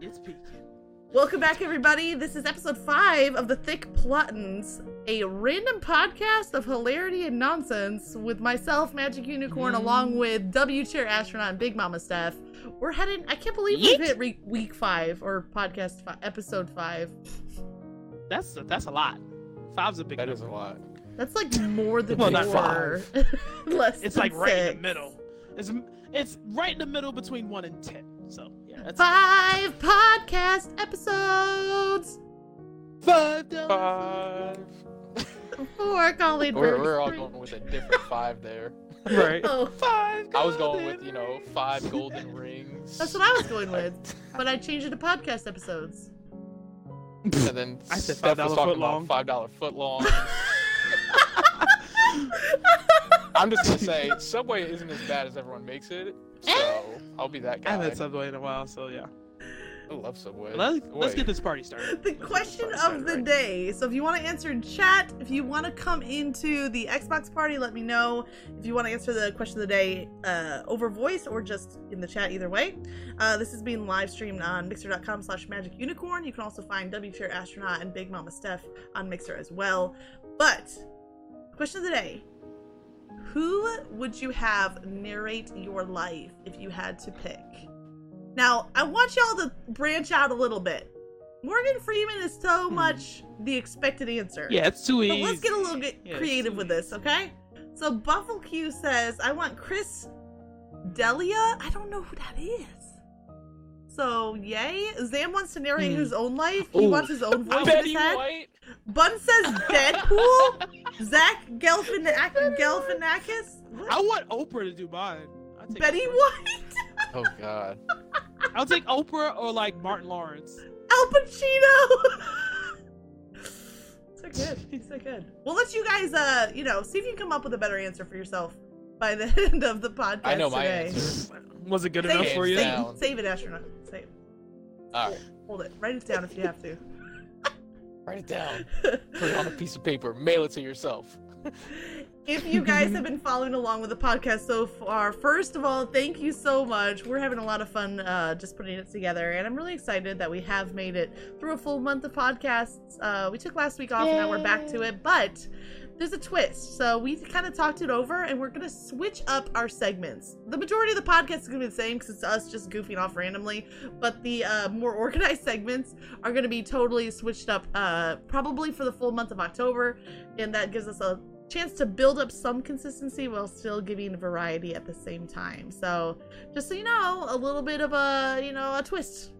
It's peaking. Welcome back, everybody. This is episode five of The Thick Plottins, a random podcast of hilarity and nonsense with myself, Magic Unicorn, along Mm. with W Chair Astronaut and Big Mama Steph. We're heading, I can't believe we've Yeet. hit re- week five or podcast fi- episode five. That's that's a lot. Five's a big That number. is a lot. That's like more than Well, not four. Less It's than like right in six. the middle. It's it's right in the middle between one and ten. So yeah, that's Five podcast episodes five dollars. Five. for Colleen We're, Burke. we're all going with a different five there. Right. Oh, Five. I was going golden with, you know, rings. five golden rings. that's what I was going with, but I changed it to podcast episodes. And then I said Steph $5 was talking footlong. about five dollar foot long. I'm just gonna say Subway isn't as bad as everyone makes it, so I'll be that I guy. haven't had Subway in a while, so yeah. I love Subway. Let's, let's get Wait, this party started. the Let's get this question party of started, the right? day. So if you want to answer in chat, if you want to come into the Xbox party, let me know. If you want to answer the question of the day uh, over voice or just in the chat, either way. Uh, this is being live streamed on mixer.com slash magic unicorn. You can also find W Chair Astronaut and Big Mama Steph on Mixer as well. But question of the day. Who would you have narrate your life if you had to pick? Now, I want y'all to branch out a little bit. Morgan Freeman is so Hmm. much the expected answer. Yeah, it's too But easy. let's get a little bit Yeah, it's creative too with this, okay? So Buffalo Q says, I want Chris Delia. I don't know who that is. So yay. Zam wants to narrate Hmm. his own life. He Ooh. wants his own voice in Betty his head. White. Bun says Deadpool. Zach Galifianak- Galifianakis. What? I want Oprah to do mine. I'll take Betty Oprah. White. Oh God. I'll take Oprah or like Martin Lawrence. Al Pacino. so good. He's so good. We'll let you guys, uh, you know, see if you can come up with a better answer for yourself by the end of the podcast I know my today. answer. Was it good Save enough it, for Hands you? down. save, save it, astronaut. Save. it. All right, Hold it. Write it down if you have to. write it down. Put it on a piece of paper. Mail it to yourself. if you guys have been following along with the podcast so far, first of all, thank you so much. We're having a lot of fun uh, just putting it together, and I'm really excited that we have made it through a full month of podcasts. Uh, we took last week off, and now we're back to it, but there's a twist. So we kind of talked it over, and we're gonna switch up our segments. The majority of the podcast is gonna be the same because it's us just goofing off randomly, but the uh, more organized segments are gonna be totally switched up, uh, probably for the full month of October, and that gives us a chance to build up some consistency while still giving variety at the same time. So, just so you know, a little bit of a, you know, a twist.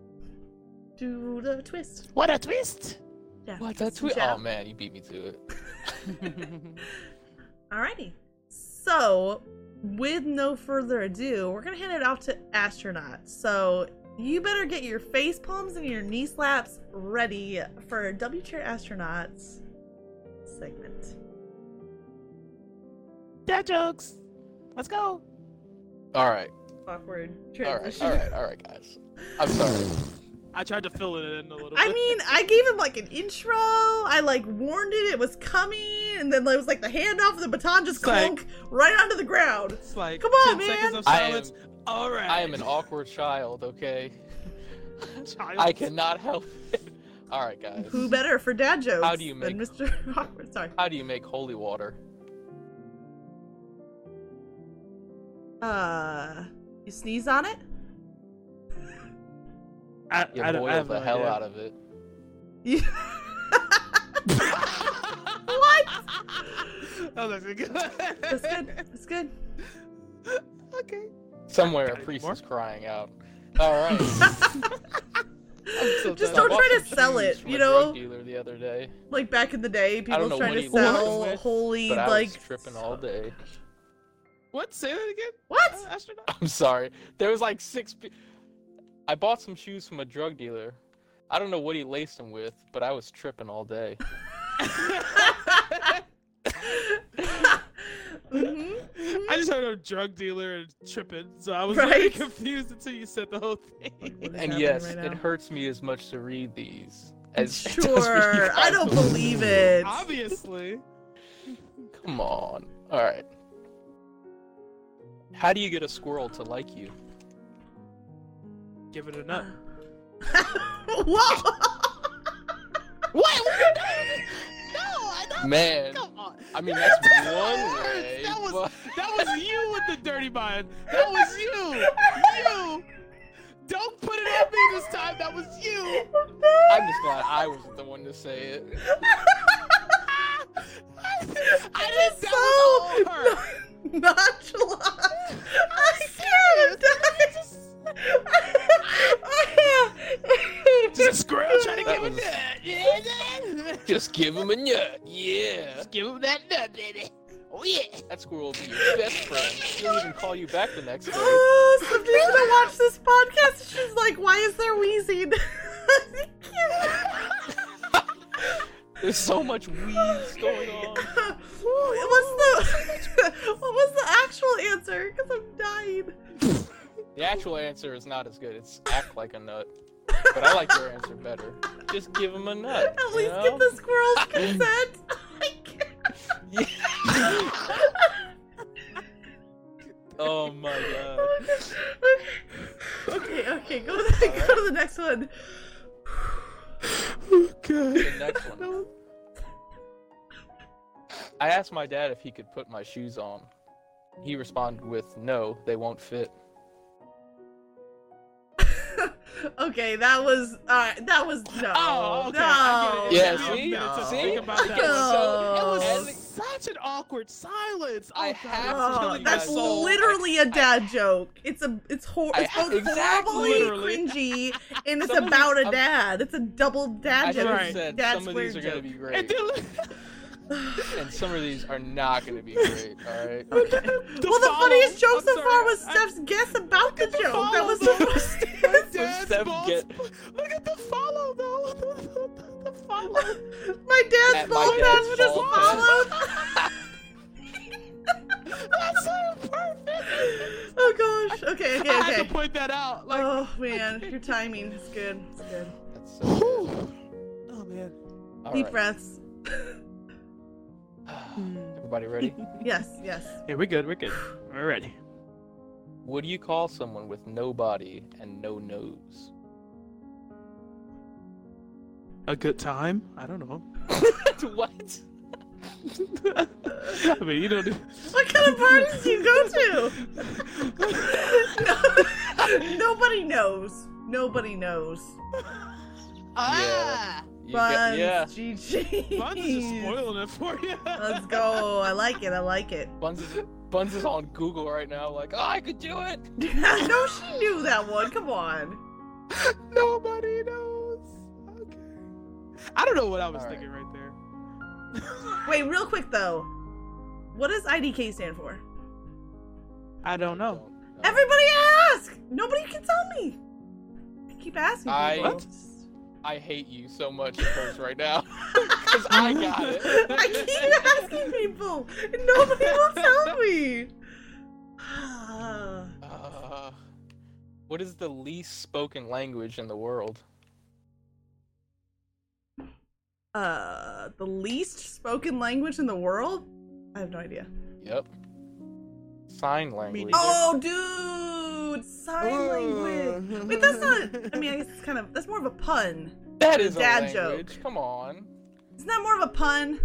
Do the twist. What a twist! Yeah. What? That's we- Yeah. Oh man, you beat me to it. Alrighty. So, with no further ado, we're gonna hand it off to Astronaut. So, you better get your face palms and your knee slaps ready for W Chair Astronauts segment. Dad jokes. Let's go. All right. Awkward All right. transition. All right. All right, guys. I'm sorry. I tried to fill it in a little bit. I mean, I gave him like an intro. I like warned it it was coming, and then it was like the handoff of the baton just It's like- clunk right onto the ground. it's like Come on, 10 seconds man. of I am. silence. All right. I am an awkward child. Okay. Child. I cannot help it. All right, guys. Who better for dad jokes? How do you than make- Mr. Awkward? Sorry. How do you make holy water? Uh, you sneeze on it. I, You I don't, I boil have the no hell idea. out of it. You... what? that was actually good. That's good. That's good. Okay. Somewhere a Got any priest more? is crying out. All right. so done. Just don't I bought try to some sell shoes it, from you a know? Drug dealer the other day, Like back in the day, people know trying what to he was sell with, holy but I like. was tripping all day. What? Say that again? What? Uh, astronaut? I'm sorry. There was like six. Pe- I bought some shoes from a drug dealer. I don't know what he laced them with, but I was tripping all day. hmm I just heard a drug dealer tripping, so I was really Right? confused until you said the whole thing. And yes, it hurts me as much to read these as it does for you Sure, I guys don't to- believe it. Obviously. Come on. All right. How do you get a squirrel to like you? Give it a nut. Whoa! What? no, I don't. Man, Come on. I mean that's one Words, way. that was- but- That was you with the dirty mind. That was you. You. Don't put it on me this time. That was you. I'm just glad I wasn't the one to say it. I didn't. It's That was all her. nonchalant. I can't. I- Just squirrel trying to That give a was- nut. Yeah, man. Just give him a nut. Yeah. Just give him that nut, baby. Oh yeah. That squirrel will be your best friend. He'll even call you back the next day. oh, somebody's gonna watch this podcast. and She's like, "Why is there wheezing?" There's so much weeds going on. What's the what was the actual answer? Because I'm dying. The actual answer is not as good. It's act like a nut. But I like your answer better. Just give him a nut. At you least know? get the squirrel's consent. I can't. Oh my god. Oh my God. okay, okay, go to the, go to the next one. The Okay. next one. I asked my dad if he could put my shoes on. He responded with, "No, they won't fit." okay, that was uh, that was no. Oh, okay. No. I get it. Yeah, see? No. No. See? Think about that. It No. was As- such an awkward silence. Oh, Oh, I God, have it's to Oh, killing you my that's guys all. soul. literally a dad joke. It's a it's hor- I- it's both exactly. horribly cringy and it's Somebody- about a I'm- dad. It's a double I dad joke. should should've have Right. said dad some of these are square joke. gonna be And great, then, and some of these are not gonna be great. All right. The Okay. well, the follow- funniest joke I'm so far sorry, was I- Steph's guess about the, the joke. That follow, was though. the funniest. Dad's Steph balls- get- Look at the follow though. the follow. My dad's At my ball dad's patch just ball followed. That's so perfect. Oh gosh. Okay, I okay, had to okay. point that out. Like, Oh man, your timing is good. It's good. That's so good. whew. oh man. All Deep right. breaths. Everybody ready? Yes, yes. Yeah, we're good. We're good. We're ready. Would you call someone with no body and no nose? A good time? I don't know. what? I mean, you don't. Do... What kind of parties do you go to? No- Nobody knows. Nobody knows. Ah! You Buns, get- yeah, GG. Buns is just spoiling it for you. Let's go. I like it. I like it. Buns is, Buns is on Google right now, like, oh, I could do it. no, she knew that one. Come on. Nobody knows. Okay. I don't know what I was All right. thinking right there. Wait, real quick though. What does IDK stand for? I don't know. Don't know. Everybody ask! Nobody can tell me! I keep asking. I- people. What? I hate you so much, Curse, right now, because I got it. I keep asking people! And nobody will tell me! Uh, what is the least spoken language in the world? uh, the least spoken language in the world? I have no idea. Yep. Sign language. Oh, dude! Sign language! Wait, that's not. I mean, I guess it's kind of. That's more of a pun. that is a dad joke. language. Come on. Isn't that more of a pun?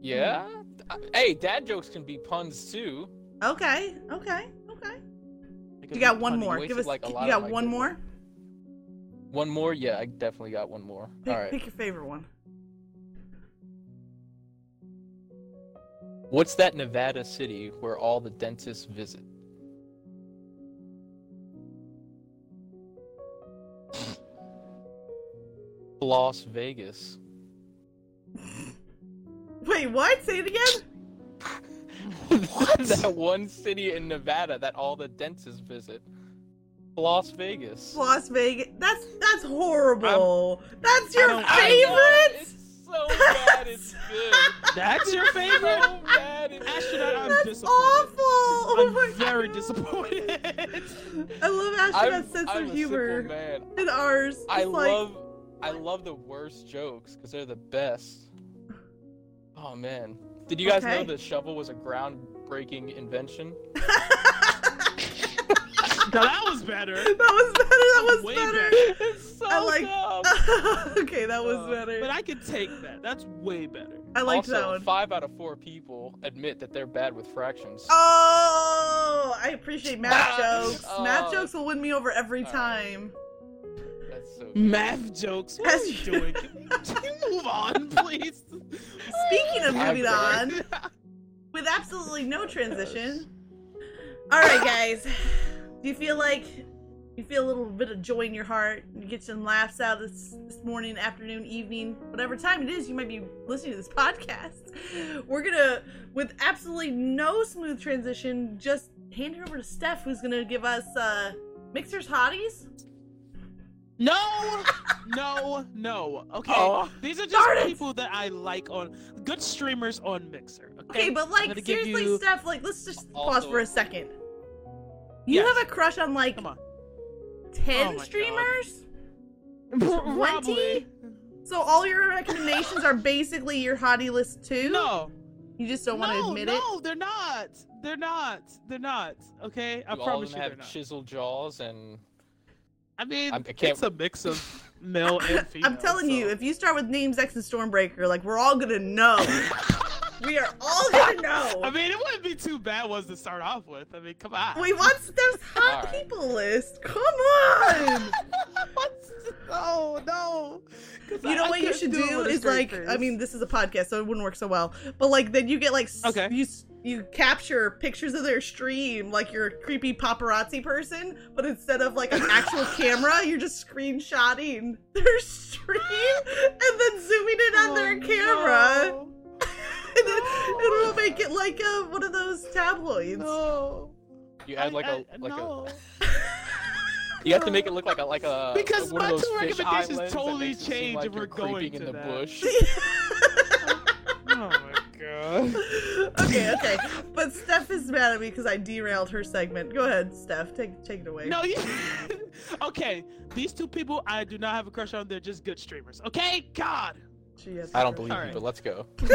Yeah. I- Hey, dad jokes can be puns too. Okay, okay, okay. You got one Honey, you more. wasted, Give us. like, a you lot of my got one good more? One more? Yeah, I definitely got one more. Pick, All right. pick your favorite one. What's that Nevada city where all the dentists visit? Las Vegas. Wait, what? Say it again? that one city in Nevada that all the dentists visit. Las Vegas. Las Vegas. That's that's horrible. that's your don't- I know, favorite. It's so bad it's good. That's your favorite? So bad it's Astronaut, I'm good. That's awful. disappointed. Oh I'm my very God. disappointed. I love I'm, Astronaut's sense I'm of a humor. humor simple man. and ours. It's I like, love I love the worst jokes because they're the best. Oh man. Did you guys know Okay. the shovel was a groundbreaking invention? now that was better. That was better. That That was way better. better. It's so I like- dumb. okay, that was Uh, better. But I could take that. That's way better. I liked also, that one. five out of four people admit that they're bad with fractions. Oh, I appreciate math Ah, jokes. Math oh. jokes will win me over every All right. time. That's Mm, so. Math jokes. What are As you you- doing? Can you move on, please? Speaking of I'm moving on, sorry. with absolutely no transition. All right, guys. Do you feel like you feel a little bit of joy in your heart? You get some laughs out this, this morning, afternoon, evening, whatever time it is you might be listening to this podcast. We're gonna, with absolutely no smooth transition, just hand it over to Steph, who's gonna give us uh, mixers hotties. No, no, no. Okay, Oh. these are Darn just it. people that I like on good streamers on Mixer. Okay, Okay, but gonna like give seriously, you- Steph, like let's just pause Also- for a second. You Yes. have a crush on like Come on. Oh my ten God. streamers? Probably. So all your recommendations are basically your hottie list too. No, you just don't want no, to admit no, they're not. They're not. They're not. Okay, I Do all of promise them you they're have not. chiseled jaws and. I mean, I- I can't- it's a mix of male and it. female. I'm telling you, so- if you start with names X and Stormbreaker, like we're all gonna know. we are all gonna know. I mean, it wouldn't be too bad ones to start off with. I mean, come on. we want Steph's hot Alright. people list. Come on. No, no. 'Cause You know I- I what you couldn't should it do with a is straight like I face. mean this is a podcast so it wouldn't work so well but like then you get like s- Okay. you s- you capture pictures of their stream like you're a creepy paparazzi person but instead of like an actual camera you're just screenshotting their stream and then zooming in on their Oh, camera no. and then it will make it like a, one of those tabloids No. You had like a a like a. You have to make it look like a like a Because one my of those two fish recommendations islands that totally makes it seem change like if you're we're going creeping to in the that. bush. oh my god. okay okay but Steph is mad at me because I derailed her segment go ahead Steph take take it away No, you. okay, these two people I do not have a crush on. They're just good streamers. Okay, God. She has I her- don't believe Alright. you, but let's go.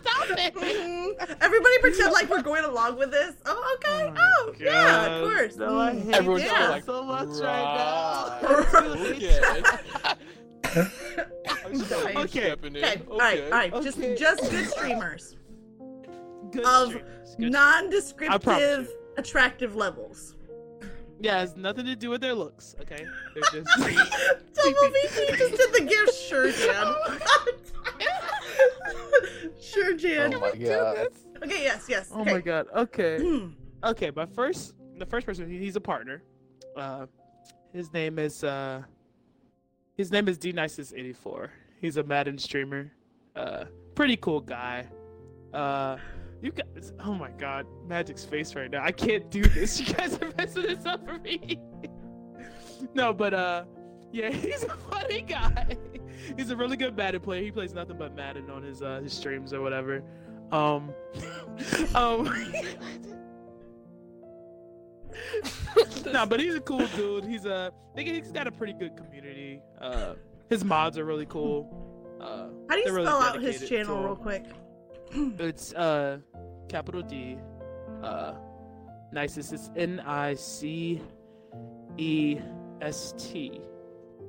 Stop it. Mhm. Everybody pretend like we're going along with this. Oh, okay. Oh, yeah, of course. No, I Mm. hate Everyone's you yeah. like, so much right. right now. Okay. I'm just Okay. okay. stepping in. Okay. all right, all right. Just, okay. just good streamers, Good Of streamers. Good non-descriptive, attractive levels. Yeah, it has nothing to do with their looks, okay? They're just Double VT just did the gift, sure, Jan. sure, Jan. Oh my god. Okay, yes, yes. Oh okay. my god. Okay. Hmm. Okay, my first the first person, he- he's a partner. Uh his name is uh his name is D Nices 84. He's a Madden streamer. Uh pretty cool guy. Uh you guys oh my god, Magic's face right now. I can't do this. You guys are messing this up for me. no, but uh yeah, he's a funny guy. He's a really good Madden player. He plays nothing but Madden on his uh his streams or whatever. Um um no, but he's a cool dude. He's a I think he's got a pretty good community. Uh, his mods are really cool. Uh, How do you They're really spell out his dedicated channel to- real quick? it's uh, capital D, uh, nicest. It's N I C E S T,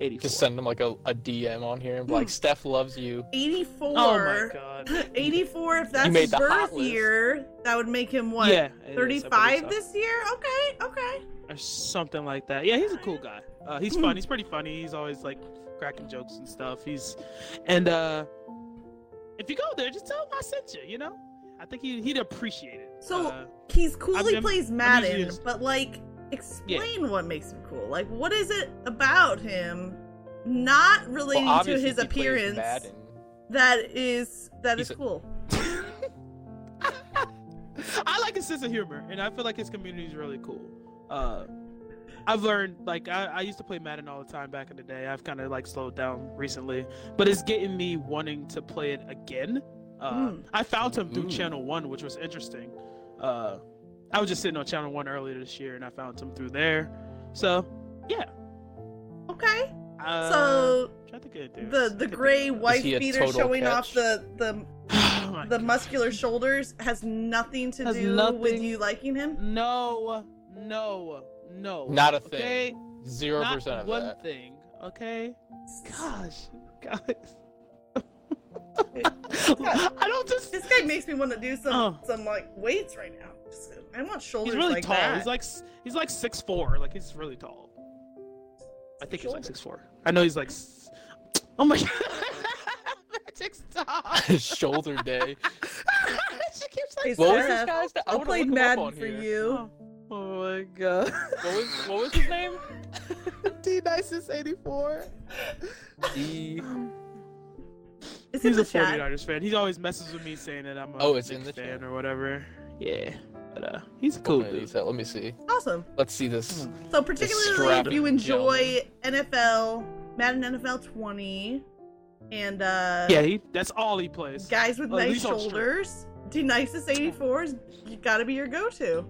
eighty Just four. send him like a, a DM on here and be Hmm. like, Steph loves you. Eighty-four. Oh my god. 84 if that's made his the hot birth list. year that would make him what Yeah, it is. I believe 35 so. this year okay okay or something like that. Yeah, he's a cool guy. Uh, he's fun. He's pretty funny. He's always like cracking jokes and stuff. He's, and uh, if you go there, just tell him I sent you. You know, I think he he'd appreciate it. So- Uh, he's cool I'm- he I'm- plays I'm usually madden just- but like explain what makes him cool like what is it about him not Well, relating to obviously his he plays appearance Madden. that is that is He's a- cool I like his sense of humor, and I feel like his community is really cool. Uh, I've learned, like, I, I used to play Madden all the time back in the day. I've kind of like slowed down recently, but it's getting me wanting to play it again. Uh, Mm. I found him through Mm. Channel One, which was interesting. Uh, I was just sitting on Channel One earlier this year, and I found him through there. So, okay uh, so trying to think of the the gray wife he a beater total showing off catch? the the Oh the muscular shoulders has nothing to Has do with nothing- you liking him No, no, No. Not a thing. Okay? Zero Not percent of one that. thing. Okay. Mm, Gosh, guys. I don't just. This guy makes me want to do some Oh. some like weights right now. Just- I want shoulders He's really like tall. that. He's like s- he's like six four. Like he's really tall. I think he's like Shoulder. six four. I know he's like. s- Oh my god. Magic's tall. Shoulder day. she keeps Hey, like. What was Sarah, this guy's name? I I wanna played look him up Madden on for here. you. Oh my god. What was what was his name? D Nisus eighty four. E. Is it He's the a chat? 49ers fan. He always messes with me saying that I'm a Oh, it's in Knicks the fan chat. or whatever. Yeah, but uh, he's a cool What is dude. that? Let me see. Awesome. Let's see this. So particularly Strapped if you enjoy NFL, Madden NFL 20, and uh, Yeah, he, that's all he plays. guys with Oh, nice these aren't straight. shoulders, the nicest 84s, you gotta be your go-to.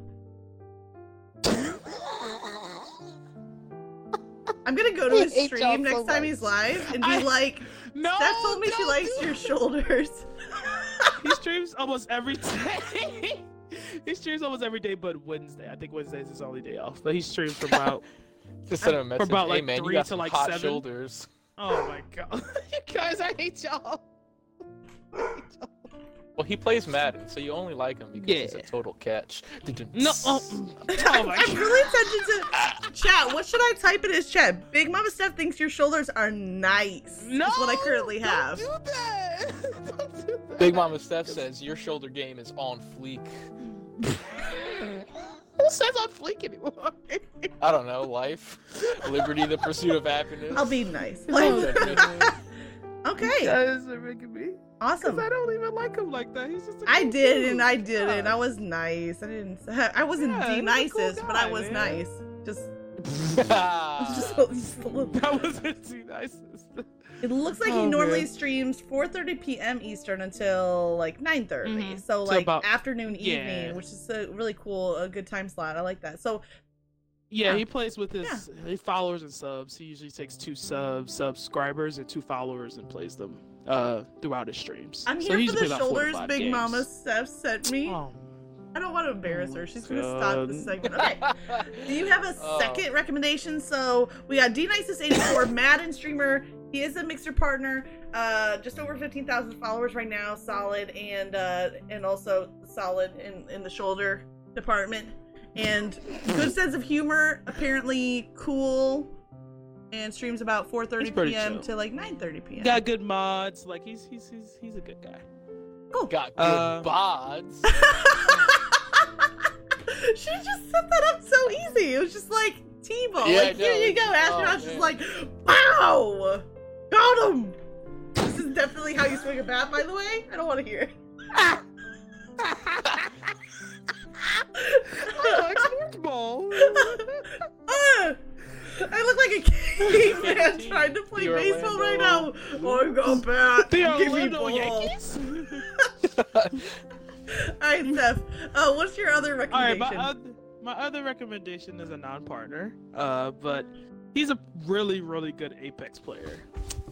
I'm gonna go to his Hate y'all stream next so time much. he's live and be I- like, No, Steph told me she don't likes do your shoulders. He streams almost every day. he streams almost every day, but Wednesday. I think Wednesday is his only day off. But he streams from about. Just send him a message. about, hey like, man, you three got to, some like, hot seven. shoulders. oh my god, you guys! I hate y'all. Well, he plays Madden, so you only like him because he's a Yeah. total catch. No. Oh, oh my I'm god. really tempted to chat. What should I type in his chat? Big Mama Steph thinks your shoulders are nice. is No. what I currently don't have. do that. Don't do that. Big Mama Steph says your shoulder game is on fleek. Who says I'm fleek anymore? I don't know. Life, liberty, the pursuit of happiness. I'll be nice. Oh, Like, okay, Guys are making me. Cause awesome. I don't even like him like that. He's just. A I cool did, dude. and I didn't. God. I was nice. I didn't. I wasn't Yeah, the he's a cool nicest, but I guy, was man. Uh. nice. Just, just, Ah. just a little. That wasn't too nice. It looks like he Oh, normally man. streams 4:30 p.m. Eastern until like 9:30, Mhm. So so like about- afternoon, yeah. evening, which is a really cool, a good time slot. I like that. So Yeah, Yeah. he plays with his his followers and subs. He usually takes two subs, subscribers, and two followers and plays them uh, throughout his streams. I'm So here he for usually the plays about four to shoulders, five Big games. Mama Steph sent me. Oh, I don't want to embarrass Oh her. my She's gonna stop this God. segment. Okay. Do you have a Oh. second Um, recommendation? So we got DNisus84, Madden streamer. He is a mixer partner. Uh, just over fifteen thousand followers right now, solid, and uh, and also solid in in the shoulder department, and good sense of humor. Apparently cool, and streams about four thirty He's pretty p.m. chill. to like nine thirty p.m. got good mods. Like he's he's he's, he's a good guy. Got good Uh, bods. she just set that up so easy. It was just like T-ball. Yeah, I like, here know. you go, astronaut's Oh, just man. like, wow, got him. This is definitely how you swing a bat, by the way. I don't want to hear. Uh, it. ball. Ah! I look like a caveman Fifteen. trying to play The baseball right now. Oh, Orlando- I got bat. The Give me Orlando ball. Yankees. All right, Steph. Uh, what's your other All right, uh, recommendation? my other, my other recommendation is a non-partner, uh, but he's a really really good Apex player.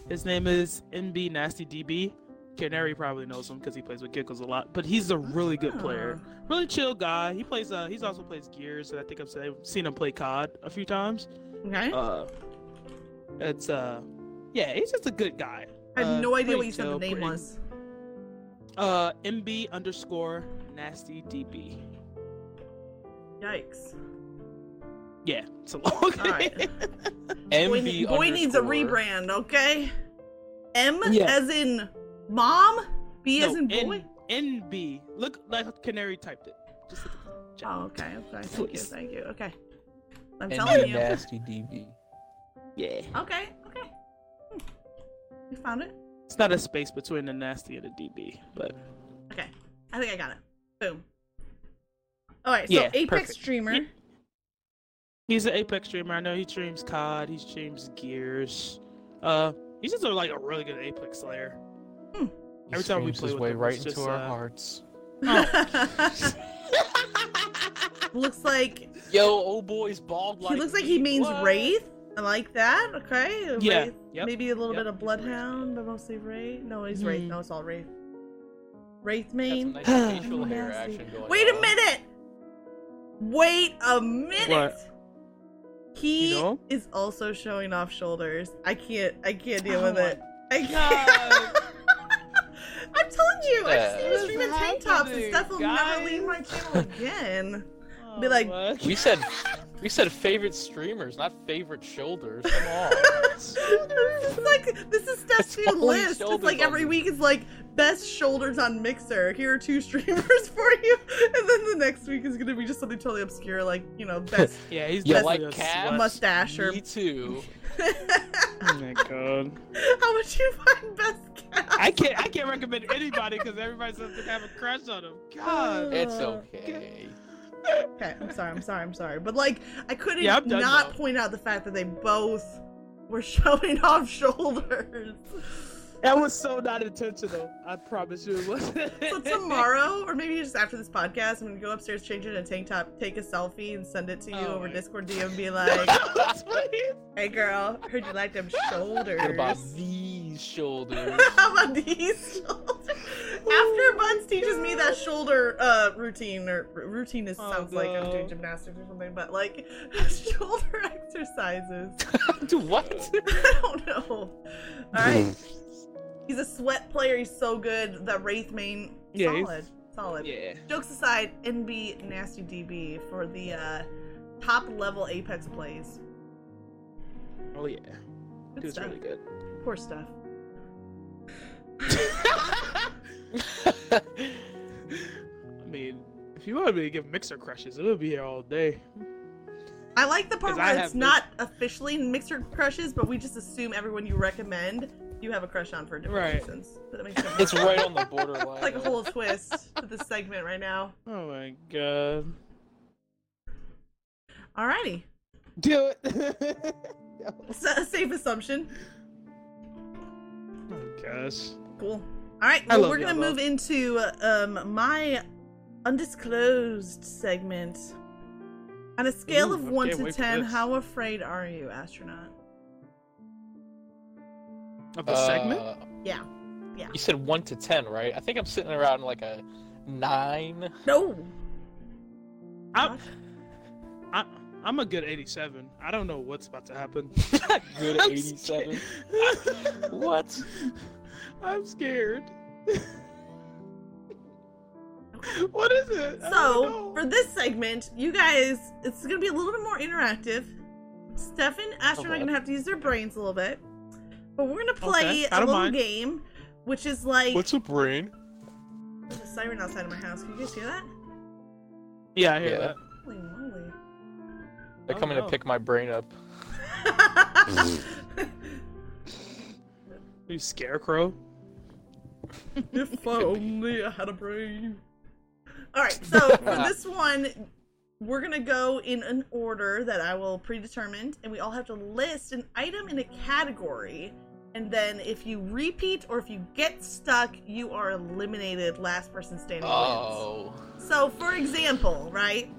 His name is NB Nasty DB. Canary probably knows him because he plays with Giggles a lot, but he's a really Ah. good player, really chill guy. He plays. Uh, he's also plays Gears, and I think I've seen- seen him play COD a few times. Okay. Uh, it's uh, yeah, he's just a good guy. I have uh, no pretty idea what you said the chill, name pretty- was. Uh, MB underscore Nasty DB. Yikes. Yeah, it's a long. All right. Boy, MB ne- boy needs a underscore- rebrand, okay? M Yeah. as in mom, B as No, in boy. N- NB. Look like Canary typed it. Just look at the chat. Oh, okay, okay. Thank you, Please. thank you. Okay. I'm telling MB you. nasty DB. Yeah. Okay, okay. Hmm. You found it? It's not a space between the nasty and the DB, but Okay. I think I got it. Boom. All right, so Yeah, Apex perfect. streamer. Ye- he's an Apex streamer. I know he streams COD. He streams Gears. Uh, he's just a, like a really good Apex player. He Every time we screams play his with way him, right it's into just, our uh, hearts. Oh. looks like Yo, old boy's bald like. he looks like he means what? wraith. I like that. Okay. Yeah. Wraith. Yep. Maybe a little Yep, bit he's of Wraith. bloodhound, but mostly wraith. No, he's wraith. Mhm. No, it's all wraith. Wraith Got some main. nice facial hair Nasty. action going Wait a on. minute. Wait a minute. What? He You know? is also showing off shoulders. I can't. I can't deal Oh with it. I God. can't. I'm telling you, I just need to What's stream in tank tops and happening, stuff will never leave my guys? channel again. Oh, Be like- what? We said we said favorite streamers, not favorite shoulders. Come on. it's like this is It's Steph's new only list. It's shoulders like on every this. week it's like best shoulders on Mixer. Here are two streamers for you, and then the next week is gonna be just something totally obscure, like you know best yeah, he's You definitely like a cats? slut. mustache or Me too. Oh my god. how would you find best cat? I can't. I can't recommend anybody because everybody says they have a crush on him. God. It's Uh, okay. Okay, I'm sorry, I'm sorry, I'm sorry. But like I couldn't Yeah, I'm done not now. point out the fact that they both were showing off shoulders. That was so not intentional. I promise you it wasn't. So tomorrow, or maybe just after this podcast, I'm gonna go upstairs, change it in a tank top, take a selfie, and send it to you Oh over my- Discord DM, and be like, Please. "Hey girl, heard you like them shoulders." What about these shoulders? How about these shoulders? After Buns teaches me that shoulder uh, routine, or r- routine is Oh, sounds like I'm doing no. gymnastics or something, but like shoulder exercises. Dude, what? I don't know. All right, he's a sweat player. He's so good. The Wraith main, Yeah, he's- solid, solid. Yeah. Jokes aside, NB Nasty DB for the uh, top level Apex plays. Oh yeah. It Good was stuff. really good. Poor stuff. I mean, if you wanted me to give mixer crushes, it would be here all day. I like the part 'Cause I where it's have not officially mixer crushes, but we just assume everyone you recommend you have a crush on for different Right. reasons. Does that make sense? it's right on the borderline. It's like a though. whole twist to this segment right now. Oh my god. Alrighty. Do it. S- a safe assumption. oh gosh. Cool. All right, I well, love we're gonna y'all, though. move into um my undisclosed segment. On a scale Ooh, of I one can't to wait for ten, this. how afraid are you, astronaut? Of the segment? Uh, Yeah, yeah. You said one to ten, right? I think I'm sitting around like a nine. No. I'm, I, I'm a good 87. I don't know what's about to happen. Good I'm eighty-seven. scared. What? I'm scared. what is it? I don't So know. for this segment, you guys, it's gonna be a little bit more interactive. Stefan, astronaut are Okay. gonna have to use their brains a little bit, but we're gonna play Okay, I a don't little mind. game, which is like a brain? there's a siren outside of my house. Can you guys hear that? yeah, I hear Yeah. that. Holy moly! They're Oh, coming no. to pick my brain up. You scarecrow? if I only I had a brain. Alright, so for this one, we're gonna go in an order that I will predetermine, and we all have to list an item in a category. And then if you repeat or if you get stuck, you are eliminated. Last person standing Oh. wins. So, for example, right?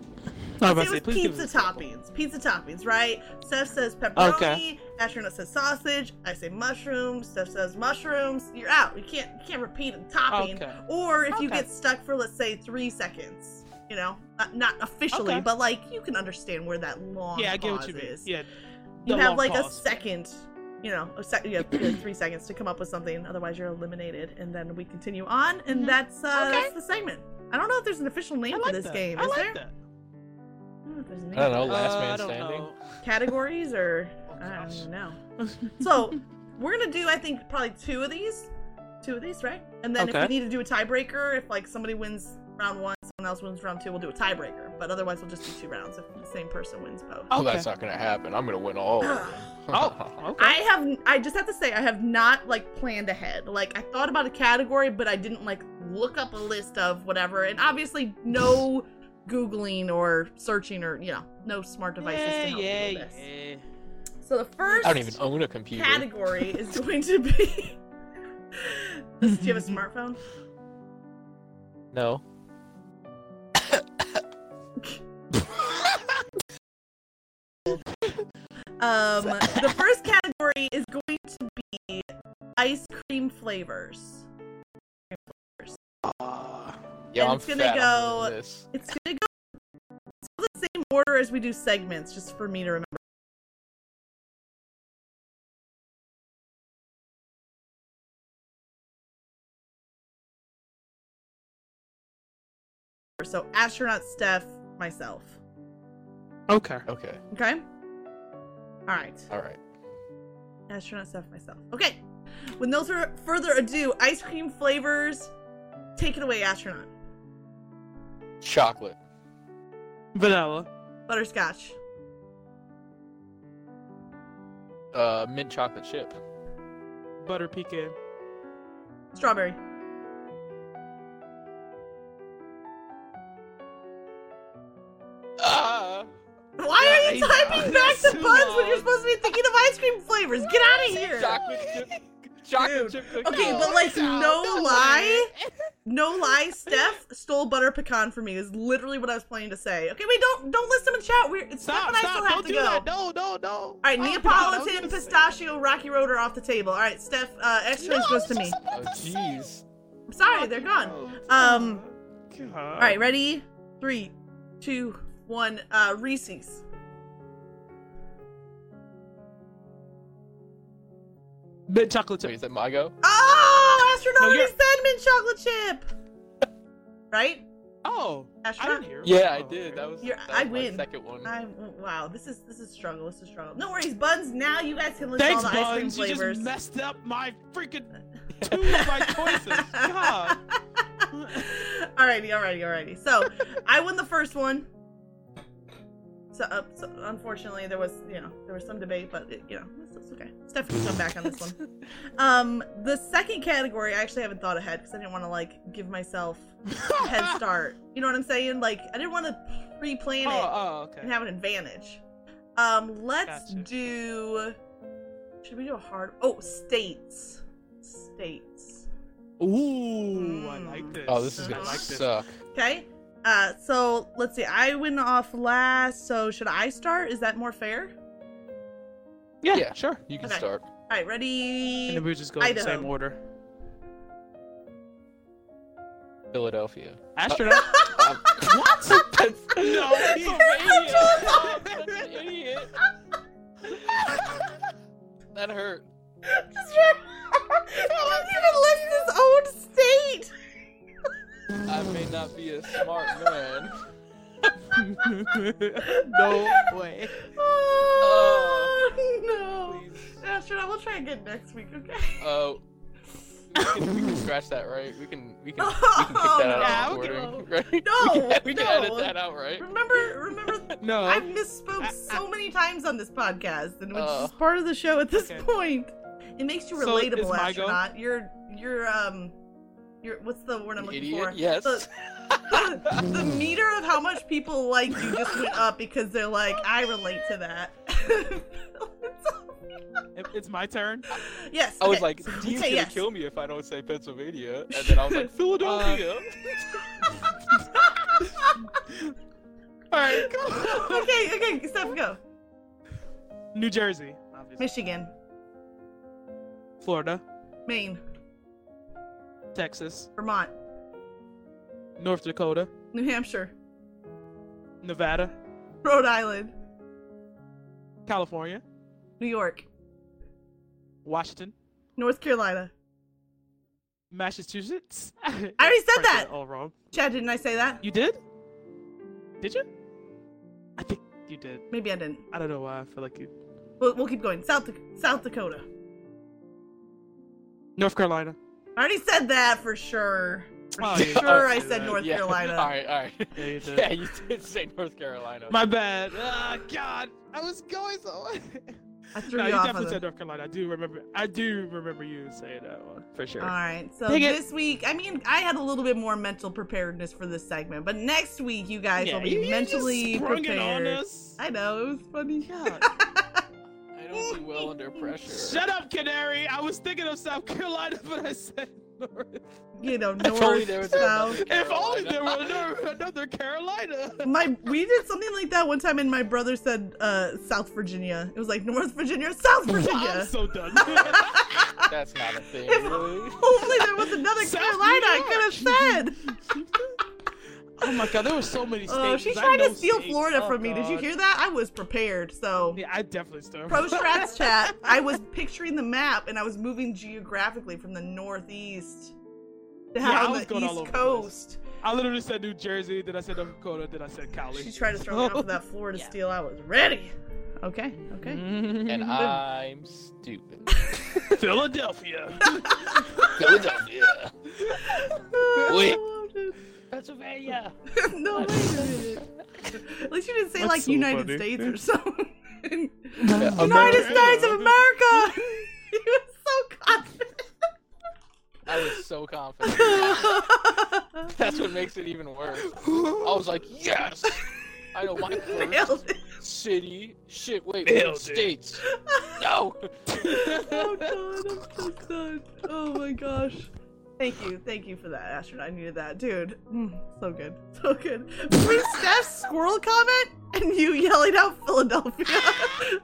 I Say it was pizza toppings. Pizza toppings, right? Steph says pepperoni. Okay. Astronaut says sausage. I say mushrooms. Steph says mushrooms. You're out. You can't you can't repeat a topping. Okay. Or if you Okay. get stuck for let's say three seconds, you know, not, not officially, Okay. but like you can understand where that long Yeah, I get pause what you mean. is. Yeah. You the have long like a pause. second, you know, a sec- you have you have three seconds to come up with something. Otherwise, you're eliminated, and then we continue on, and Mhm. that's uh, Okay. that's the segment. I don't know if there's an official name I for like this that. game. I Is like there? that. I don't know if there's a name I don't for know, that Last Uh, man I don't standing. know. categories or Oh, I gosh. don't know. So we're gonna do I think probably two of these, two of these, right? And then if Okay. we need to do a tiebreaker, if like somebody wins round one, someone else wins round two, we'll do a tiebreaker. But otherwise, we'll just do two rounds if the same person wins both. Oh, Well, Okay. that's not gonna happen. I'm gonna win all. of them. Oh, okay. I have I just have to say I have not like planned ahead. Like I thought about a category, but I didn't like look up a list of whatever. And obviously, no googling or searching or you know, no smart devices to help yeah, you with this. yeah. So the first I don't even own a computer. category is going to be. Do you have a smartphone? No. Um, the first category is going to be ice cream flavors. Ah. Yo, And I'm it's gonna fat. I'm go- winning this. It's gonna go it's the same order as we do segments, just for me to remember. So astronaut Steph, myself. Okay. Okay. Okay. All right. All right. astronaut stuff myself. Okay. With no fur- further ado, ice cream flavors. Take it away, astronaut. Chocolate. Vanilla. Butterscotch. Uh, mint chocolate chip. Butter pecan. Strawberry. Ah. Why are you Yeah, I- typing back to too buns when long. you're supposed to be thinking of ice cream flavors? Get out of here. Chocolate chip. Chocolate chip cookie. Okay, but like no lie, no lie. Steph stole butter pecan from me. Is literally what I was planning to say. Okay, wait, don't don't listen to chat. We're it's Steph Stop, and I still stop, have don't to do go. that. No, no, Oh, no. All All right, Neapolitan, pistachio, Rocky Road are off the table. All right, Steph, uh, extra goes to me. Oh jeez. I'm sorry, they're gone. Oh, Um, All Um, right, ready? Three, two, one. Uh, Reese's. Mint chocolate Wait, chip. is that my go? Oh, astronaut No, already you're- said mint chocolate chip. right, Oh, I astronaut. didn't hear. Yeah, I did. That was. You're- that I was my win. Second one. I wow, this is this is struggle. This is struggle. No worries, buns. Now you guys can list Thanks, all the Buns. You ice cream flavors. just messed up my freaking two of my choices. God. alrighty, alrighty, alrighty. So, I won the first one. So, uh, so, unfortunately, there was you know there was some debate, but it, you know it's, it's okay. Steph can come back on this one. Um, the second category, I actually haven't thought ahead because I didn't want to like give myself a head start. You know what I'm saying? Like I didn't want to pre-plan Oh, it oh, and okay. have an advantage. Um, let's Gotcha. do. Should we do a hard? Oh, states, states. Ooh, I like Mm. this. Oh, this is I gonna like this. suck. Okay. Uh, so let's see. I went off last. So should I start? Is that more fair? Yeah, Yeah. sure. You can Okay. start. All right, ready? And then we just go in the Idaho. same order. Philadelphia. Astronaut. Uh, what? no, he's an That's an idiot. that hurt. Just re- he didn't even list his own state. I may not be a smart man. idiot. no way. Oh, no. Please. Yeah, sure. I will try again next week. Okay. Uh, we can, we can scratch that, right? We can we can, we can kick that out Yeah, of we can- recording, right? Oh, No, we can, we can no. edit that out, right? Remember, remember. No. I've misspoke so many times on this podcast, and which Ah, Oh. is part of the show at this Okay. point. It makes you So, is relatable, my go? astronaut. You're, you're, um, you're. What's the word I'm An looking for? idiot. Yes. The- the, the meter of how much people like you just went up because they're like, I relate to that. It- it's my turn. yes. I was okay. like, Dean's Okay, gonna yes. Uh, kill me if I don't say Pennsylvania, and then I was like, Uh, Philadelphia. Oh All right, go. okay, okay, Steph, go. New Jersey, obviously. Michigan, Florida, Maine, Texas, Vermont, North Dakota, New Hampshire, Nevada, Rhode Island, California, New York, Washington, North Carolina. Massachusetts. I already said Printed that. All wrong. Chad, didn't I say that? You did? Did you? I think you did. Maybe I didn't. I don't know why. I feel like you. We'll, we'll keep going. South South Dakota. North Carolina. I already said that for sure. For Oh, you- sure, oh, I you said did. North yeah. Carolina. All right, all right. Yeah, you did. Yeah, you did say North Carolina. My bad. Ah, God, I was going so. I threw no, you you off on definitely the- said North Carolina. I do remember. I do remember you saying that one for sure. All right. So Dang it. this week, I mean, I had a little bit more mental preparedness for this segment, but next week you guys will be you- you just mentally sprung it on prepared. us. I know it was funny. God. I don't do well under pressure. Shut up, Canary. I was thinking of South Carolina, but I said North. you know, If only north, there was south. another If only there Carolina. were another, another Carolina. My we did something like that one time, and my brother said uh, South Virginia. It was like North Virginia, South I'm Virginia. so done. That's not a thing, If really. Hopefully there was another South Carolina. New I could have said. oh my god, there were so many states. Oh, she I tried know to steal states. Florida Oh from me. Did you God. hear that? I was prepared. So Yeah, I definitely stole. Pro Strats chat. I was picturing the map and I was moving geographically from the northeast down I was the going all East over the Coast. I literally said New Jersey, then I said North Dakota, then I said She Cali. tried to throw me off of that Florida Yeah. steal. I was ready. Okay, okay. Mm-hmm. And And I'm stupid. Philadelphia. Philadelphia. Wait. Pennsylvania. no way. At least you didn't say That's like so United funny. States or something. Yeah, United America. States of America. he was so confident. I was so confident. That's what makes it even worse. I Oh. was like, yes! I know my first Nailed it. city. Shit, wait, Nailed it. states. No! Oh, I'm done. I'm so done. Oh my gosh. Thank you, thank you for that, astronaut. I needed that, dude. Mm, so good, so good. Between Steph's squirrel comment and you yelling out Philadelphia,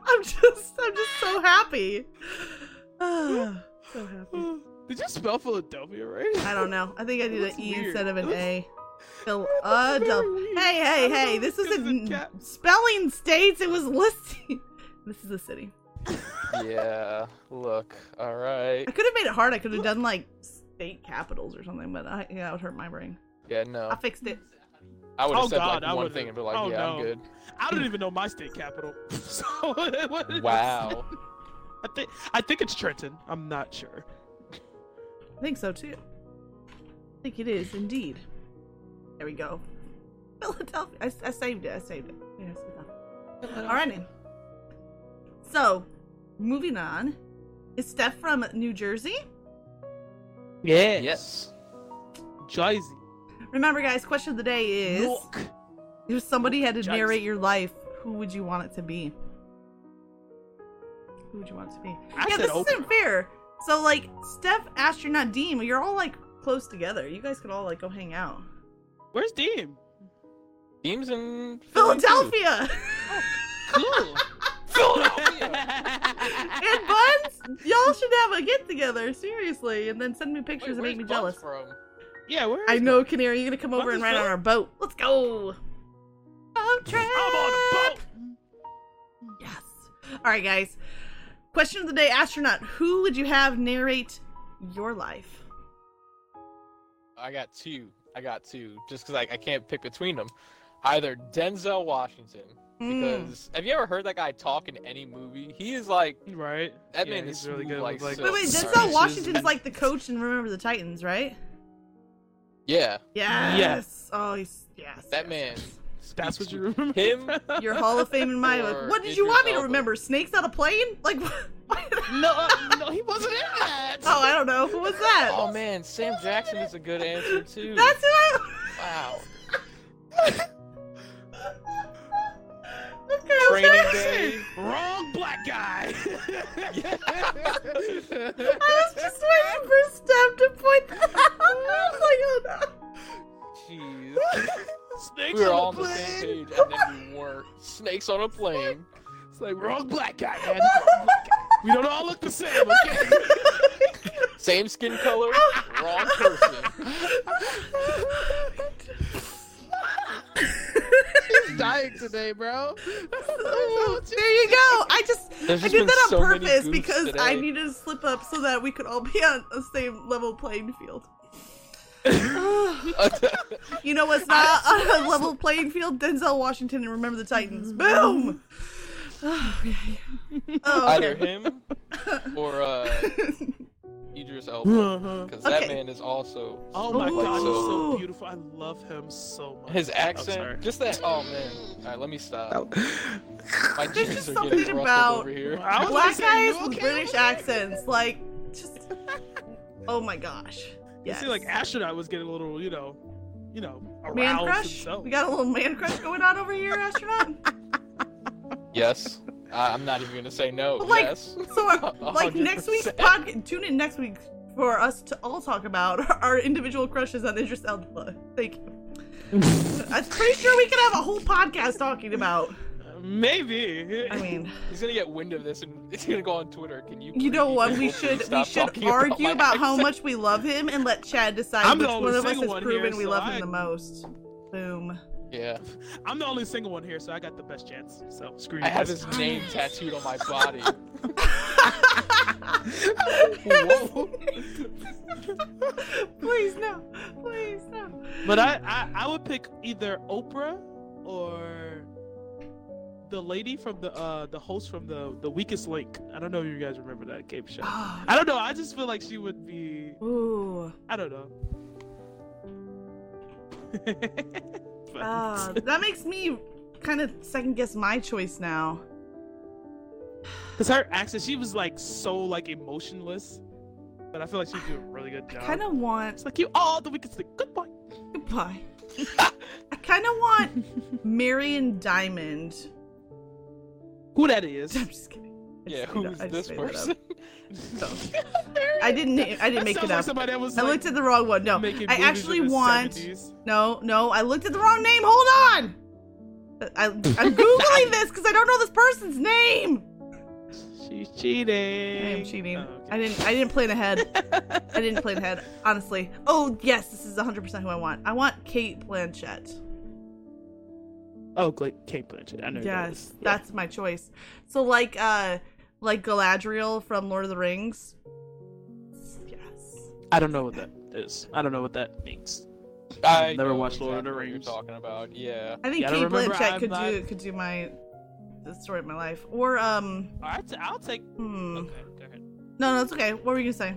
I'm just, I'm just so happy. Ah, so happy. Did you spell Philadelphia right? I don't know. I think I did an That's E weird. instead of an A. Phil- uh, That's very weird. Hey, I hey, don't hey! know This if it's a isn't cat. spelling states. It was listing. This is a city. Yeah, look, alright. I could have made it hard. I could have done like state capitals or something, but I, yeah, it would hurt my brain. Yeah, no. I fixed it. I would have Oh, said God, I like one would've- thing and be like, oh, yeah, I'm no. good. I don't even know my state capital. so what is- Wow. I think I think it's Trenton. I'm not sure. I think so too. I think it is indeed. There we go. Philadelphia. I, I saved it. I saved it. Yeah, I saved that. Alrighty. So, moving on. Is Steph from New Jersey? Yes. yes. Jersey. Remember, guys. Question of the day is: York. If somebody had to Jersey. narrate your life, who would you want it to be? Who would you want it to be? I yeah, said this Oprah. isn't fair. So like Steph, Astronaut, Deem, you're all like close together. You guys could all like go hang out. Where's Dean? Teams in Philly, too. Philadelphia Oh, Cool. and Buns, y'all should have a get together, seriously, and then send me Wait, pictures and where's make me jealous. Bugs From? yeah, where? I is know, Canary, you're gonna come over What and the ride on fuck? our boat. Let's go. Boat trip. that? I'm on a boat. Yes. All right, guys. Question of the day, astronaut. Who would you have narrate your life? I got two. I got two. Just because I, I can't pick between them. Either Denzel Washington. Mm. Because have you ever heard that guy talk in any movie? He is like Right. that Yeah, man he's is really smooth good Like, with, like- silk. Wait, wait, Sorry. Denzel This is- Washington's like the coach in Remember the Titans, right? Yeah, Yes. Yes. Oh, he's yes. that man. yes. That's what speaks you remember. Him? from- Your Hall of Fame in my Or What did you Idris want me to Elba. remember? Snakes on a plane? Like, what? oh, No, uh, no, he wasn't in that. Oh, I don't know. Who was that? Oh man, Sam Jackson is a good answer too. That's who I. Wow. Okay, I was Training gonna- day. Wrong black guy. I was just waiting for Steph to point that out. I was like, oh no. Jeez. Snakes We were on all on the the plane. same page, and then we weren't. Snakes on a plane. It's like wrong black guy, man. we don't all look the same, okay? Same skin color. Wrong person. He's dying today, bro. Ooh, there you go. I just There's I just did been that on so many purpose goofs because I today. needed to slip up so that we could all be on the same level playing field. you know what's not on a level playing field? Denzel Washington and Remember the Titans. Boom. Oh, yeah, yeah. Oh, Either okay. him or uh, Idris Elba. Hmm. Because that Okay. man is also Uh-huh. Oh my Ooh. god, he's so Ooh. beautiful. I love him so much. his Oh, sorry. accent. Just that. Oh man. All right, let me stop. My There's jeans just are something getting rustled about- over here. I was gonna Black say, guys you with okay British over there? accents, like just oh my gosh. You Yes. see, like astronaut was getting a little, you know, you know, aroused man crush. himself. We got a little man crush going on over here, astronaut. Yes. I I'm not even gonna say no. But, like, yes. So, uh, like next week's 100%. podcast, tune in next week for us to all talk about our individual crushes on Idris Elba. Thank you. I'm pretty sure we could have a whole podcast talking about. Maybe. I mean, He's gonna get wind of this and he's gonna go on Twitter. Can you? you know please- what? We please should we stop should talking argue my about how accent? much we love him and let Chad decide I'm the which only one of us single has one proven here, we so love I- him the most. Boom. Yeah. I'm the only single one here, so I got the best chance. So screw you. I have guys. his name tattooed on my body. Whoa. please no, please no. But I, I, I would pick either Oprah or the lady from the uh the host from the the Weakest Link. I don't know if you guys remember that game show. Oh, I don't know. I just feel like she would be. ooh. I don't know. But- Ah, that makes me kind of second guess my choice now. Cause her accent, she was like so like emotionless, but I feel like she did a really good job. Kind of want It's like you all the weakest link. Goodbye. goodbye. I kind of want Marion Diamond. Who that is? I'm just kidding. I Yeah, just made who's that- I just this made that up. person? I didn't. I That didn't make sounds it like up. somebody that was I like, looked at the wrong one. No, making I movies actually in the want. 70s. No, no, I looked at the wrong name. Hold on. I, I'm googling this because I don't know this person's name. She's cheating. I am cheating. Oh, okay. I didn't. I didn't plan ahead. I didn't plan ahead. Honestly. Oh yes, this is 100% who I want. I want Kate Blanchett. Oh, Gla- Kate Blanchett. I know. who that Yes, is. Yeah. that's my choice. So like, uh, like Galadriel from Lord of the Rings. Yes. I don't know what that is. I don't know what that means. I Never know watched Lord of the exactly what you're Rings. Talking about, yeah. I think Yeah, I Kate remember Blanchett I'm could not- do could do my the story of my life. Or um All right, t- I'll take. hmm. Okay, go ahead. No, no, it's okay. What were you gonna say?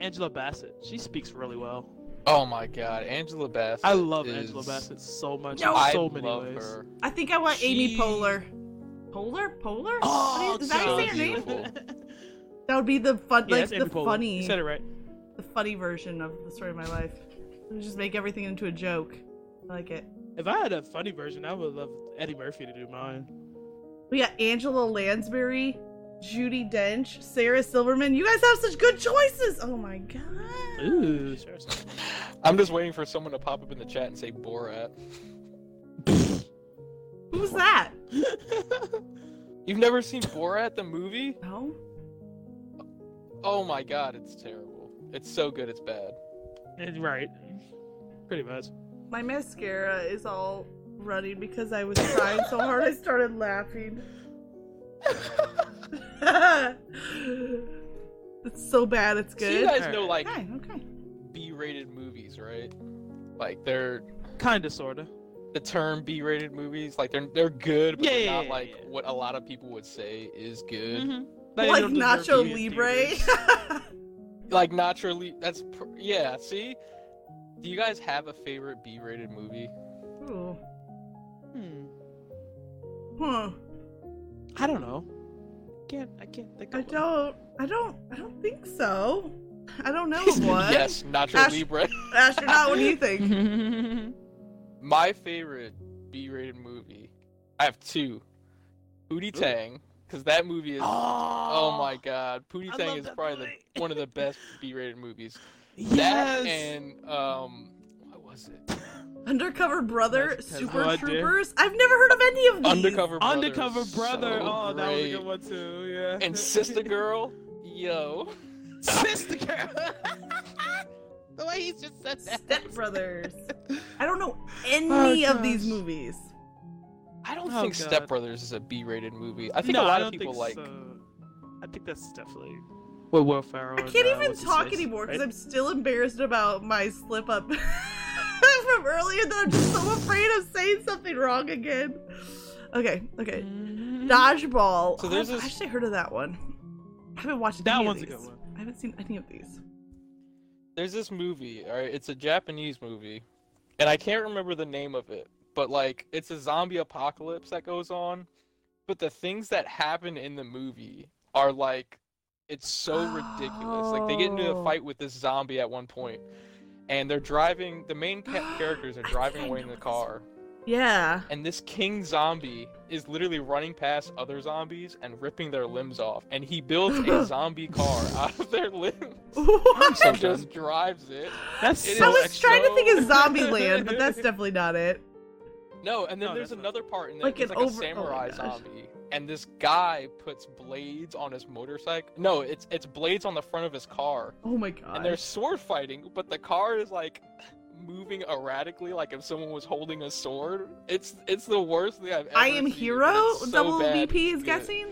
Angela Bassett. She speaks really well. Oh my god, Angela Bassett. I love is... Angela Bassett so much. No. in I so many love ways. her. I think I want Amy She- Poehler. Poehler? Poehler? Oh, What is, is that how you say her so name? beautiful. That would be the fun yeah, like that's the Amy Poehler. You funny said it right. the funny version of the story of my life. Just make everything into a joke. I like it. If I had a funny version, I would love Eddie Murphy to do mine. We got Angela Lansbury, Judy Dench, Sarah Silverman. You guys have such good choices. Oh my god. Ooh, sure. I'm just waiting for someone to pop up in the chat and say Borat. Who's that? You've never seen Borat the movie? No. Oh my god, it's terrible. It's so good, it's bad. right. Pretty much. My mascara is all running because I was crying so hard I started laughing. it's so bad, it's So you good. guys Alright. know like Okay, okay. B-rated movies, right? Like they're Kinda, sorta. the term B-rated movies, like they're they're good, but Yeah, they're yeah, not yeah, like yeah. Mm-hmm. what a lot of people would say is good. Mm-hmm. Like Nacho Libre. Like Nacho Lee, that's pr- yeah. See, do you guys have a favorite B-rated movie? Ooh. Huh. Hmm. I don't know. Can't I can't think of I one. don't I don't I don't think so. I don't know what. Yes, Nacho Ash- Libre. Astronaut, what do you think? My favorite B-rated movie. I have two. Pootie Ooh. Tang, because that movie is. Oh, Oh, my God, Pootie I Tang love is that probably movie. the, one of the best B-rated movies. Yes. That and um, what was it? Undercover Brother, That's- that's Super no idea. Troopers. I've never heard of any of these. Undercover Brother. is Undercover so brother. oh, that was a great. good one too. Yeah. And Sister Girl. Yo. sister girl. the way he just said Step Brothers. I don't know any Oh, of these gosh. movies. I don't Oh, think God. Step Brothers is a B-rated movie. I think no, a lot I don't of people think like. so. I think that's definitely. With Will Ferrell. uh, I can't even talk anymore because I'm still embarrassed about my slip up from earlier that I'm just so afraid of saying something wrong again. Okay, okay. Mm-hmm. Dodgeball. So there's I've this- actually heard of that one. I haven't watched That any one's a of these. good one. I haven't seen any of these. there's this movie, all right? It's a Japanese movie, and I can't remember the name of it, but like it's a zombie apocalypse that goes on, but the things that happen in the movie are like it's so ridiculous. Like they get into Oh. a fight with this zombie at one point, and they're driving, the main ca- characters I are think driving I away in know the this one. car, Yeah. and this king zombie is literally running past other zombies and ripping their limbs off, and he builds a zombie car out of their limbs What? so and just drives it. That's It so I was extra. trying to think of Zombie Land, but that's definitely not it. No, and then No, there's that's not- another part in there. Like Like, it's an like over- oh a my samurai gosh. zombie, and this guy puts blades on his motorcycle. No, it's it's blades on the front of his car, Oh my god. and they're sword fighting, but the car is like moving erratically, like if someone was holding a sword. It's it's the worst thing I've ever. I am seen, and Hero. it's so Double bad BP is and good. guessing.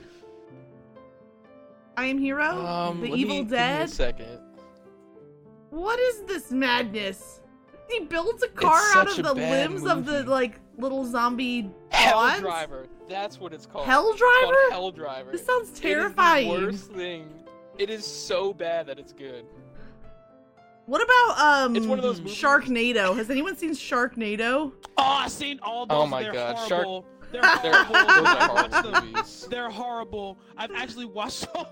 I am Hero? Um, the let me- Evil give me a Dead? second. What is this madness? He builds a car It's out such of a the bad limbs of the movie. like little zombie Hell Bonds? Driver. That's what it's called. hell It's called driver. Hell Driver. This sounds It is the terrifying. worst thing. It is so bad that it's good. What about um It's one of those movies- Sharknado? Has anyone seen Sharknado? Oh, I've seen all those. Oh my They're God, Shark- horrible. They're They're horrible. those I've are watched horrible them. movies. They're horrible. I've actually watched all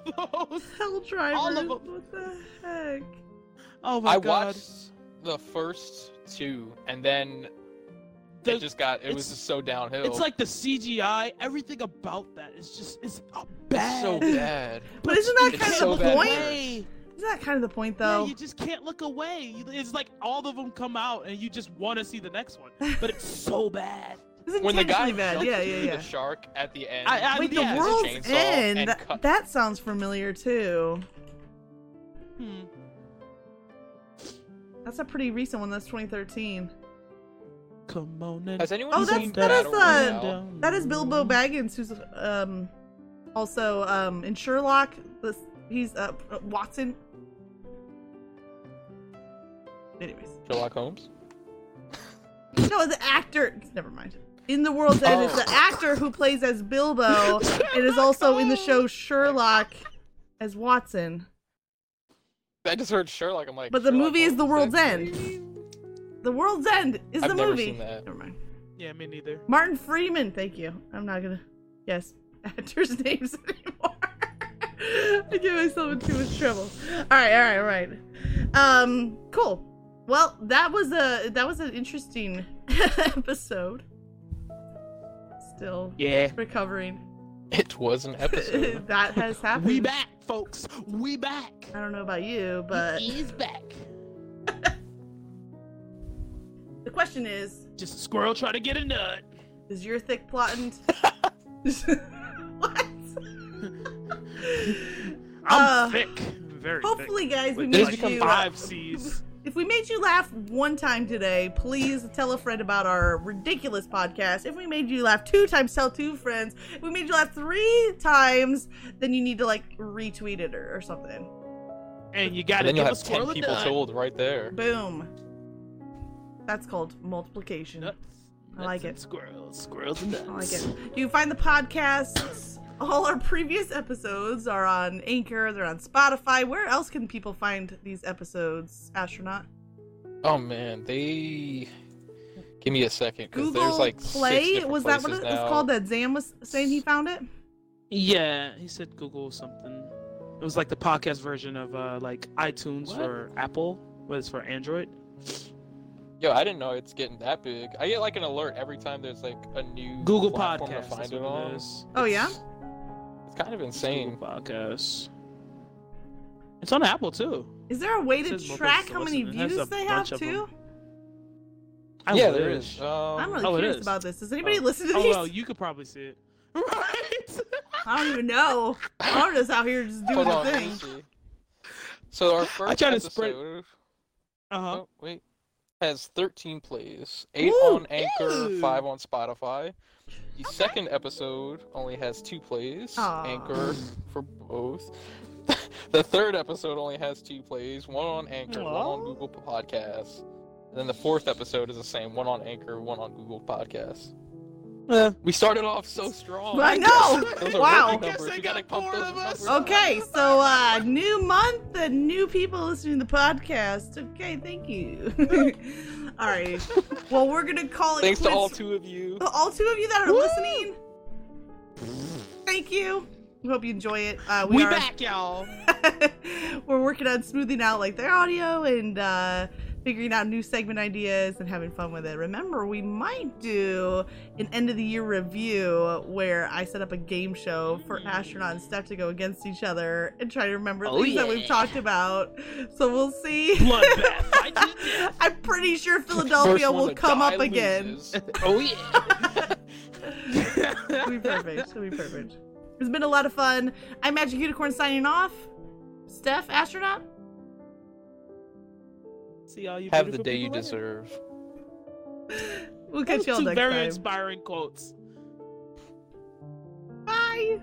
those. Hell driver. All of 'em. What the heck? Oh my I god. watched the first two, and then The- it just got. It was it's- just so downhill. It's like the CGI. Everything about that is just it's uh, It's bad. so bad. But isn't that you kind can't of the look point? away. Isn't that kind of the point Yeah, though? you just can't look away. You- It's like all of them come out and you just want to see the next one, but it's so bad. Isn't When the guy technically bad? jumped Yeah, through yeah, the shark at the end. I- I- yeah. Wait, yeah, the it's a world's chainsaw end. and That, cut. that sounds familiar too. Hmm. That's a pretty recent one. That's 2013. Come on and Has anyone Oh, that's- seen that Battle is, uh, Royale? That is Mm. Bilbo Baggins, who's um also um in Sherlock. This he's uh Watson. Anyways, Sherlock Holmes. no, the actor. Never mind. In the world's end, it's the actor who plays as Bilbo, and is also in the show Sherlock as Watson. I just heard Sherlock. I'm like. But the Sherlock movie is The Holmes, World's that's- End. The World's End is I've the never movie. seen that. Never mind. Yeah, me neither. Martin Freeman. Thank you. I'm not gonna guess actors' names anymore. I get myself in too much trouble. All right, all right, all right. Um, cool. Well, that was a that was an interesting episode. Still Yeah. recovering. It was an episode. that has happened. We back, folks. We back. I don't know about you, but He's back. the question is: Just a squirrel trying to get a nut. Is your thick plotting? what? I'm Uh, thick. Very Hopefully, guys, we Wait, there's made become you thick. uh, Five C's. If we made you laugh one time today, please tell a friend about our ridiculous podcast. If we made you laugh two times, tell two friends. If we made you laugh three times, then you need to like retweet it or, or something. And you gotta and then give you'll a have squirrel ten a people nut. told right there. Boom. That's called multiplication. Nuts. I like nuts and it. Squirrels. Squirrels and nuts. I like it. You can find the podcasts. All our previous episodes are on Anchor. They're on Spotify. Where else can people find these episodes, astronaut? Oh man, they. Give me a second, because Google there's like six Play different was that what places it was now. called? That Zam was saying he found it. Yeah, he said Google something. It was like the podcast version of uh, like iTunes What? for Apple, but it's for Android. Yo, I didn't know it's getting that big. I get like an alert every time there's like a new Google platform Podcasts. to find that's it what on. it is. Oh yeah, It's- It's kind of It's insane. Google Podcasts. It's on Apple too. is there a way It to says multiple track how many sources, and it has views a they have bunch of too? I yeah, wish. there is. Um, I'm really oh, it curious is. about this. Does anybody Oh. listen to Oh these? well, you could probably see it. Right. I don't even know. I'm just out here just doing Hold the on, let me thing. see. So our first tried to episode. spread- Uh huh. Oh wait, has 13 plays, eight Ooh, on Anchor, ew. five on Spotify. The second episode only has two plays, Aw. Anchor for both. the third episode only has two plays, one on Anchor, one on Aw. Google Podcasts. And then the fourth episode is the same, one on Anchor, one on Google Podcasts. Uh, We started off so strong. I know. Those are Wow. rookie numbers. You gotta pump those numbers up. Okay, so uh new month and new people listening to the podcast. Okay, thank you. all right. Well, we're gonna call it Thanks to quits. Oh, all two of you. all two of you that are Woo! listening. Thank you. We hope you enjoy it. Uh, we We are, back, y'all. we're working on smoothing out like their audio and uh, figuring out new segment ideas and having fun with it. Remember, we might do an end of the year review where I set up a game show for Mm. astronaut and Steph to go against each other and try to remember Oh, things that we've yeah. talked about. So we'll see. Bloodbath. I did that. I'm pretty sure Philadelphia First one will to come die up again. loses. Oh yeah. It'll be perfect. It'll be perfect. It's been a lot of fun. I'm Magic Unicorn signing off. Steph, astronaut. See all you Have the beautiful day you people later. deserve. Those We'll catch y'all two next very time. inspiring quotes. Bye.